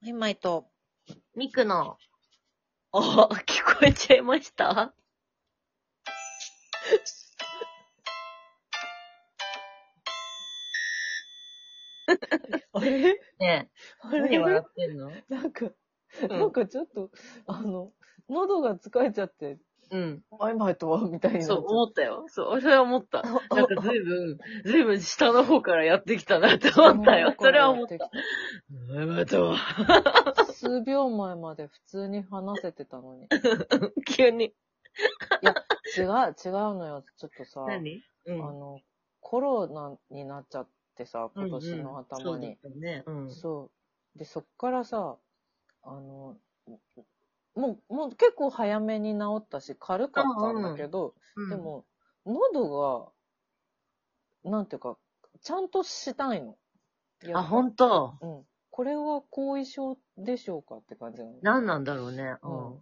マイマイと、ミクの、あ、聞こえちゃいましたあれね、あ何れ笑ってんのなんか、んなんかちょっと、あの、喉が疲れちゃって、うん。マイマイとは、みたいになっちそゃっう、て思ったよ。そう、それは思った。ああなんかずいぶん、ずいぶん下の方からやってきたなって思ったよ。それは思った。マイマイと、数秒前まで普通に話せてたのに。急に。違う、違うのよ。ちょっとさ、あ何うん。の、コロナになっちゃってさ、うんうん今年の頭に。そうだったね。うん。そう。で、そっからさ、あの、もう、もう結構早めに治ったし、軽かったんだけど、うんで、も、喉が、なんていうか、ちゃんとしたいの。あ、ほんんと。うん。これは後遺症でしょうかって感じなの。何なんだろうね。うん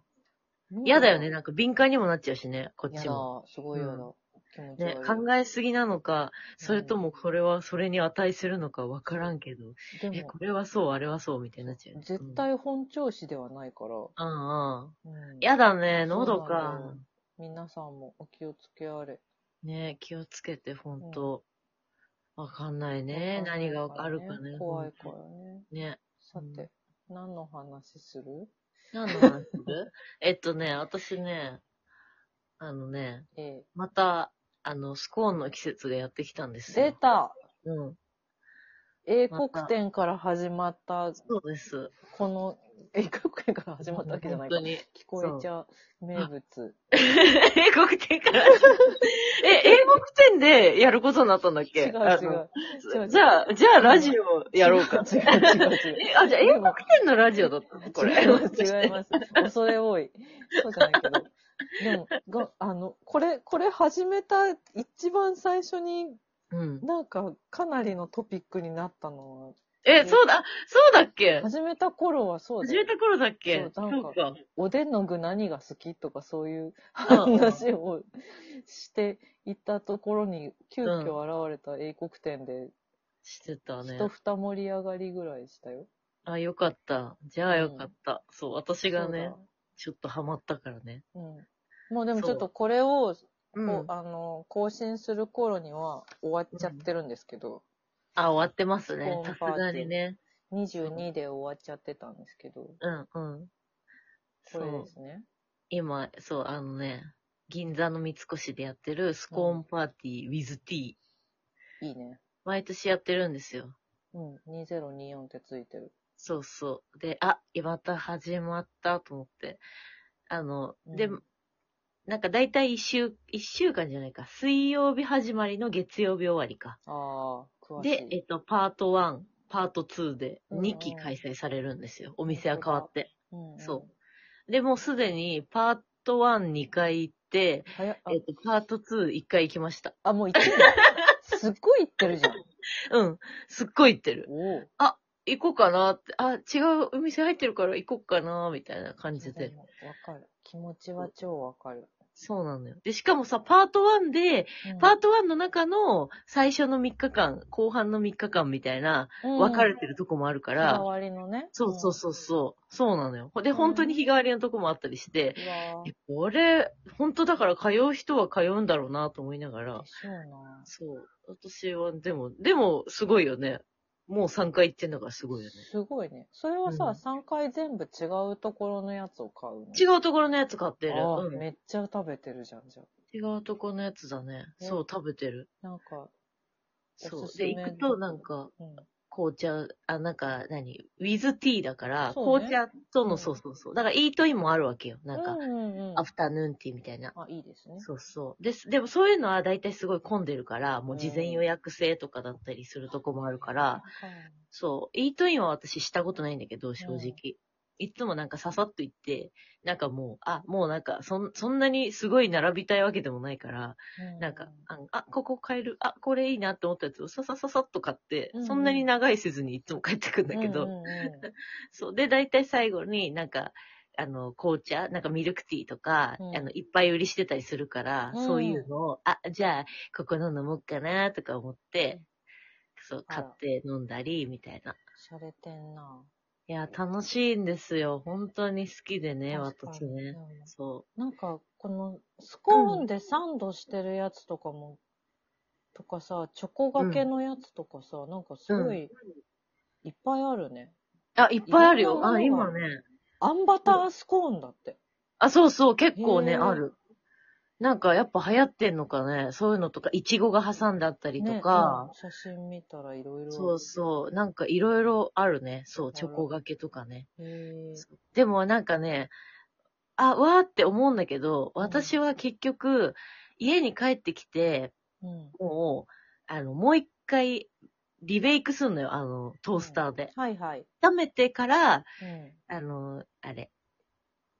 うん。嫌だよね。んなんか敏感にもなっちゃうしね、こっかち嫌も。だ。すごい嫌だ。う気持ち悪い。ね、考えすぎなのか、それともこれはそれに値するのかわからんけど、でえ、もこ、れはそう、あれはそうみたいになっちゃうね。絶対本調子ではないから。うん。うんうん。うんやだね、そう喉なかんだ。よ皆さんもお気をつけあれ。ね、気をつけて、ほんと。わかんないね。わかんな何いらがあるかね。怖いかほんらね。とね。さて、何の話する何の話 するえっとね、私ね、あのね、ええ。また、あの、スコーンの季節がやってきたんです出よ。たうん。英国展から始まったそうです。この、英国圏から始まったわけじゃないか本当。に。 聞こえちゃう名物。英国展から。え、英国展でやることになったんだっけ違う違あのう。違う違うじゃあ、じゃあラジオやろう か。違う違う違う。え、あ、じゃあ英国展のラジオだったのこれ。違います、違います。恐れ多い。そうじゃないけど。でも、があの、これ、これ始めた一番最初にうん。なんかかなりのトピックになったのえ、そうだ、そうだっけは、始めた頃はそう始めで、た頃だっけそうなんかか。おでんの具何が好きとかそういううん話をしていたところに、急遽現れた英国展で、してたねひ。と二盛り上がりぐらいしたよ。あ、よかった。じゃあよかった。そう、私がねそ、ちょっとハマったからね。うだ。うん。もうでもそうちょっとこれを、う。こうんあの、更新する頃には終わっちゃってるんですけど、あ、終わってますね。スさコーンパーティーすがにね。 22で終わっちゃってたんですけど、うん、うん。こそれでう。すね。今、そう、あのね、銀座の三越でやってるスコーンパーティー with tea。いいね。毎年やってるんですよ。うん、2024ってついてる。そうそう。で、あ、また始まったと思って。あの、で、うんなんか大体一週、一週間じゃないか。水曜日始まりの月曜日終わりか。ああ、詳しい。で、えっと、パート1、パート2でうんうん2期開催されるんですよ。お店は変わって。うんうんそで、もうすでにパート1、2回行って、早っあえっと、パート2、1回行きました。あ、もう 行ってる。すっごい行ってるじゃん。うん。すっごい行ってる。おお。行こうかなって、あ、違うお店入ってるから行こうかな、みたいな感じでで。もわかる。気持ちは超わかる。そうなのよ。で、しかもさ、パート1で、パート1の中の最初の3日間、後半の3日間みたいな、うん分かれてるとこもあるかうんら日替、わりのね。そうそうそうそう、そうなのよ。で、うん本当に日替わりのとこもあったりして、うん。うわえこれ、本当だから通う人は通うんだろうなと思いながぁ。らで、しょうな。そう、私は、でも、でも、すごいよね。もう3回行ってんだからすごいよね。すごいね。それはうんさ、三3回全部違うところのやつを買うの違うところのやつ買ってる。ああうんめっちゃ食べてるじゃん、じゃあ違うとこのやつだね。ねそう、食べてる。なんか、そおうす。すで、め行くとなんか、うん。紅茶、あ、なんか、何ウィズティーだから、そうね紅茶とうの、んそうそうそう。だから、イートインもあるわけよ。なんか、うんうんうん、アフタヌーンティーみたいな。あ、いいですね。そうそう。です。でも、そういうのは大体すごい混んでるから、もう事前予約制とかだったりするとこもあるから、そう。イートインは私したことないんだけど、正直。いつもなんかささっと行って、なんかもう、あ、もうなんか、そん、そんなにすごい並びたいわけでもないから、うんなんか、あのあ、ここ買える、あ、これいいなって思ったやつをささささっと買ってうんう、んそんなに長いせずにいつも帰ってくんだけうんど、うんうんそう。で、大体最後になんか、あの、紅茶、なんかミルクティーとか、うんあの、いっぱい売りしてたりするから、うんそういうのを、あ、じゃあ、ここの飲もうかなとか思って、そう、あ買らって飲んだり、みたいな。洒落てんな。いや、楽しいんですよ。本当に好きで ね、確か私にね。そなんか、この、スコーンでサンドしてるやつとかも、とかさ、チョコがけのやつとかさ、なんかすごい、いっぱいあるね。う。あ、いっぱいあるいよ。ろんあ、なものが今ね。あんバタースコーンだって。あ、そうそう、結構へね、ーある。なんかやっぱ流行ってんのかね。そういうのとか、いちごが挟んだったりとかね。うん写真見たらいろいろ。そうそう。なんかいろいろあるね。そう、あらチョコがけとかね。へーでもなんかね、あ、わーって思うんだけど、私は結局、家に帰ってきて、うん。もう、あの、もう一回、リベイクすんのよ、あの、トースターで。はいはい。炒めてから、うん。あの、あれ、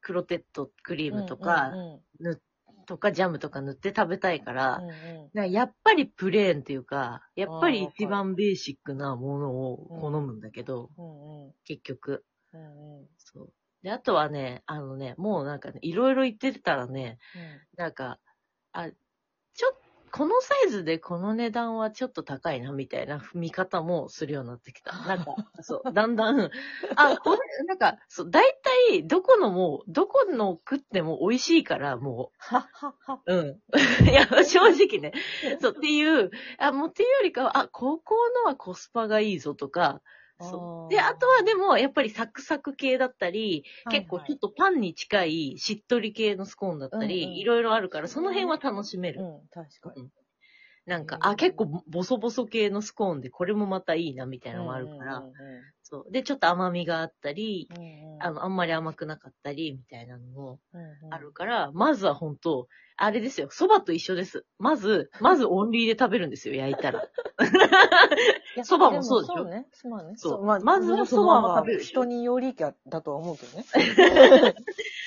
クロテッドクリームとか、うんうんとかジャムとか塗って食べたいから、うんうんうんなんかやっぱりプレーンっていうか、やっぱりあー一番ベーシックなものを好むんだけど、うんうん結局。うんうん そう。で、あとはね、あのね、もうなんかね、いろいろ言ってたらね、なんか、あ、ちょ、このサイズでこの値段はちょっと高いな、みたいな見方もするようになってきた。なんか、そう、だんだん、あ、これ、なんか、そう、大体、どこのも、どこの食っても美味しいから、もう、はっはっは。うん。 いや、正直ね。そう、っていう、あ、もうっていうよりかは、あ、高校のはコスパがいいぞとか、そあう。ーで、あとはでも、やっぱりサクサク系だったり、はいはい結構ちょっとパンに近いしっとり系のスコーンだったり、うんうんいろいろあるから、その辺は楽しめる。うん、確かに。なんか、うあ、ん結構ボソボソ系のスコーンで、これもまたいいな、みたいなのもあるから、うんうそう。で、ちょっと甘みがあったり、んうんうんうんあの、あんまり甘くなかったり、みたいなのも、うんうんあるから、まずは本当あれですよ、蕎麦と一緒です。まず、まずオンリーで食べるんですよ、焼いたら。いやそばもそうでしょもそうね。そばね。そうまあ、ままずずははそそのまばまは食べるでしょ人によりきゃだとは思うけ どね。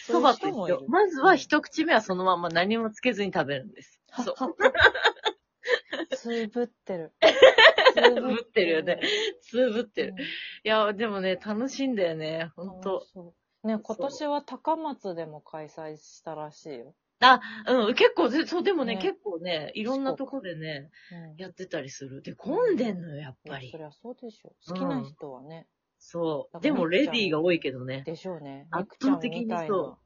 蕎麦ともい一る緒。まずは一口目はそのまま何もつけずに食べるんです。そう。つぶって る。つぶってるよね。つぶってる。いや、でもね、楽しいんだよね、うん。本当そうね、今年は高松でも開催したらしいよ。あ、うん、結構で、そう、でもね、ね結構ね、いろんなとこでね、うんやってたりする。で、混んでんのよ、やっいぱやりそ。りゃそうでしょ。好きな人はね。そう。でも、レディーが多いけどね。でしょうね。圧肉ちゃ倒ん的にみたいそ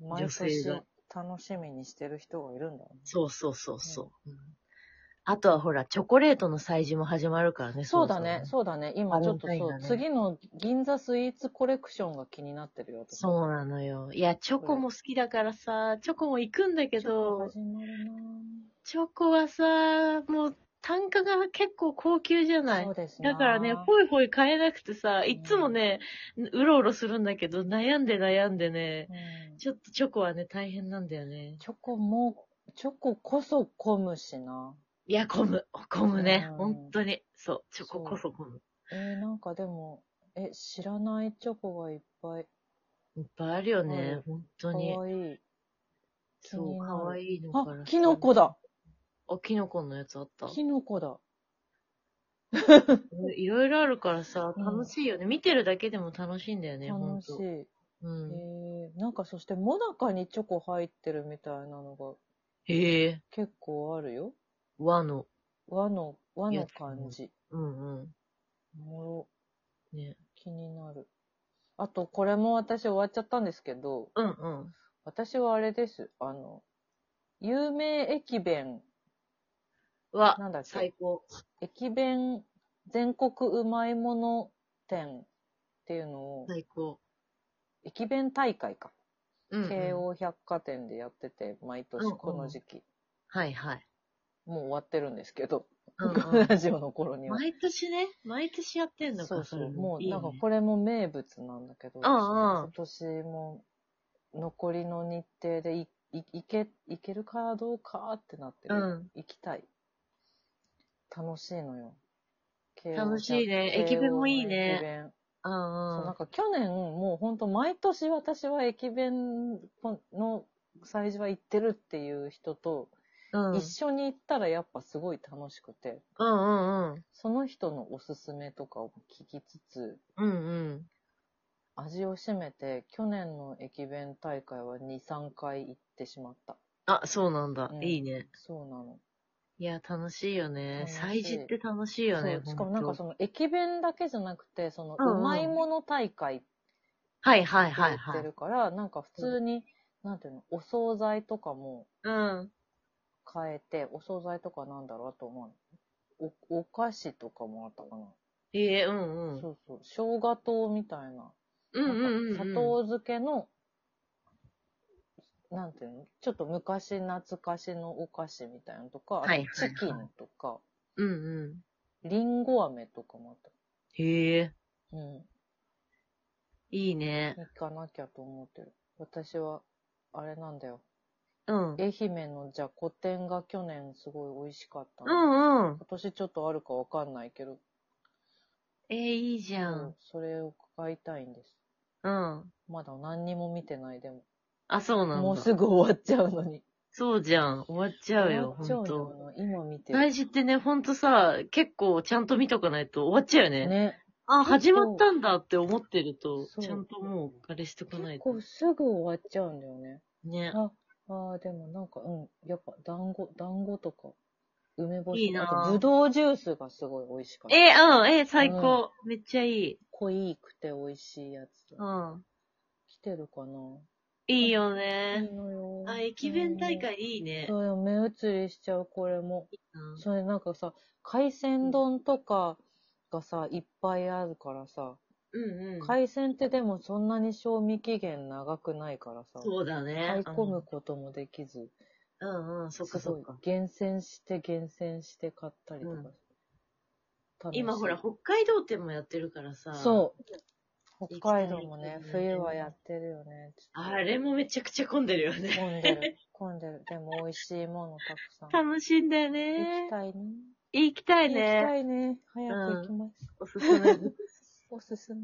な。毎女性年が楽しみにしてる人がいるんだね。そうそうそうそう。うんあとはほら、チョコレートの催事も始まるからね。そうだね、そろそうだね。今ちょっとバレンそタインう、だね次の銀座スイーツコレクションが気になってるよ、私そろ。そうなのよ。いや、チョコも好きだからさ、チョコも行くんだけちょっとど、始まるチョコはさ、もう単価が結構高級じゃななぁいそうですなぁだからね、ほいほい買えなくてさ、いつもね、うろうろするんだけど、悩んで悩んでね、うんちょっとチョコはね、大変なんだよね。チョコも、チョコこそ混むしないや、混む。混むねう。ん本当に。そう、チョコこそ混む。えー、なんかでも、え、知らないチョコがいっぱい。いっぱいあるよあねる、本か当に。わいい。そ気う、になかるわいいのあから。、キノコだあ、キノコのやつあった。キノコだ。いろいろあるからさ、うん楽しいよね。見てるだけでも楽しいんだよね、ほん楽しと。い。えうん。ー、なんかそして、もなかにチョコ入ってるみたいなのがへえ、結構あるよ。和の。和の、和いやの感じ。うんうおもろ。ん。ね。気になる。あと、これも私終わっちゃったんですけど、うんうん。私はあれです。あの、有名駅弁、和、なんだっけ最、高。駅弁全国うまいもの店っていうのを、最高。駅弁大会か。うん、京王百貨店でやってて、毎うんう年んこの時期。はいはい。もう終わってるんですけど、うんうんラジオの頃には。 毎年ね、毎年やってんのか、そうそう。もう、いいねなんかこれも名物なんだけど、うんうん今年も残りの日程でいいいけ、いけるかどうかってなってる。うん行きたい。楽しいのよ。楽しいね慶応駅弁もいいね駅弁そう、うんうなんん。か去年、もうほんと毎年私は駅弁の催事は行ってるっていう人と、うん一緒に行ったらやっぱすごい楽しくて、うんうん。その人のおすすめとかを聞きつつ、うんうん。味を占めて、去年の駅弁大会は2、3回行ってしまった。あ、そうなんだう。んいいね。そうなの。いや、楽しいよね。楽しい催事って楽しいよね。そうしかもなんかほとその駅弁だけじゃなくて、そのうんうんうまいもの大会ってはいはいは言っいはてい。るから、なんか普通に、なんていうの、お惣菜とかもうん。変えて、お惣菜とかなんだろうあと思うの。お、お菓子とかもあったかな。いえ、うんうん。そうそう。生姜糖みたいな。うんうんうんうん。なんか砂糖漬けの、なんていうのちょっと昔懐かしのお菓子みたいなのとか、あはいはいとチキンとか、うんうん。りんご飴とかもあっへえ、た。うん。いいね。行かなきゃと思ってる。私は、あれなんだよ。うん。愛媛のじゃあ古典が去年すごい美味しかったうの。今んうん。年ちょっとあるかわかんないけど、えー、いいじゃうんん。それを買いたいんです。うん。まだ何にも見てない、でも。あ、そうなんだ。もうすぐ終わっちゃうのに。そうじゃん。終わっちゃう終わよ、ほっんちゃうと。のよな今見てる。大事ってね、ほんとさ、結構ちゃんと見とかないと終わっちゃうよね。ね。構あ、始まったんだって思ってると、そうちゃんともう、あれしとかな結いと。構すぐ終わっちゃうんだよね。ね。あ、あーでもなんか、うん、やっぱ団子、団子とか、梅干しいいなぁあとぶどうジュースがすごい美味しかった。えー、うん、えー、最高。めっちゃいい。濃いくて美味しいやつ。うん。来てるかないいよいねい。のよ。あ、駅弁大会いいねう。ん。そうよ、目移りしちゃう、これも。うんそれなんかさ、海鮮丼とかがさ、いっぱいあるからさ、うんうん。海鮮ってでもそんなに賞味期限長くないからさ、そうだ買ねい。込むこともできず、うんうん、そっかそっか。厳選して厳選して買ったりとか。うん楽しい今ほら、北海道店もやってるからさ。そう。北海道もね行、きたいね冬はやってるよね。ちょっとあれもめちゃくちゃ混んでるよね。混んで る。混んでる。でも美味しいものたくさん。楽しいんだよ行ねき。たいね。行きた行いきね。たいね。早く行きます。おすすめ。おすすめ。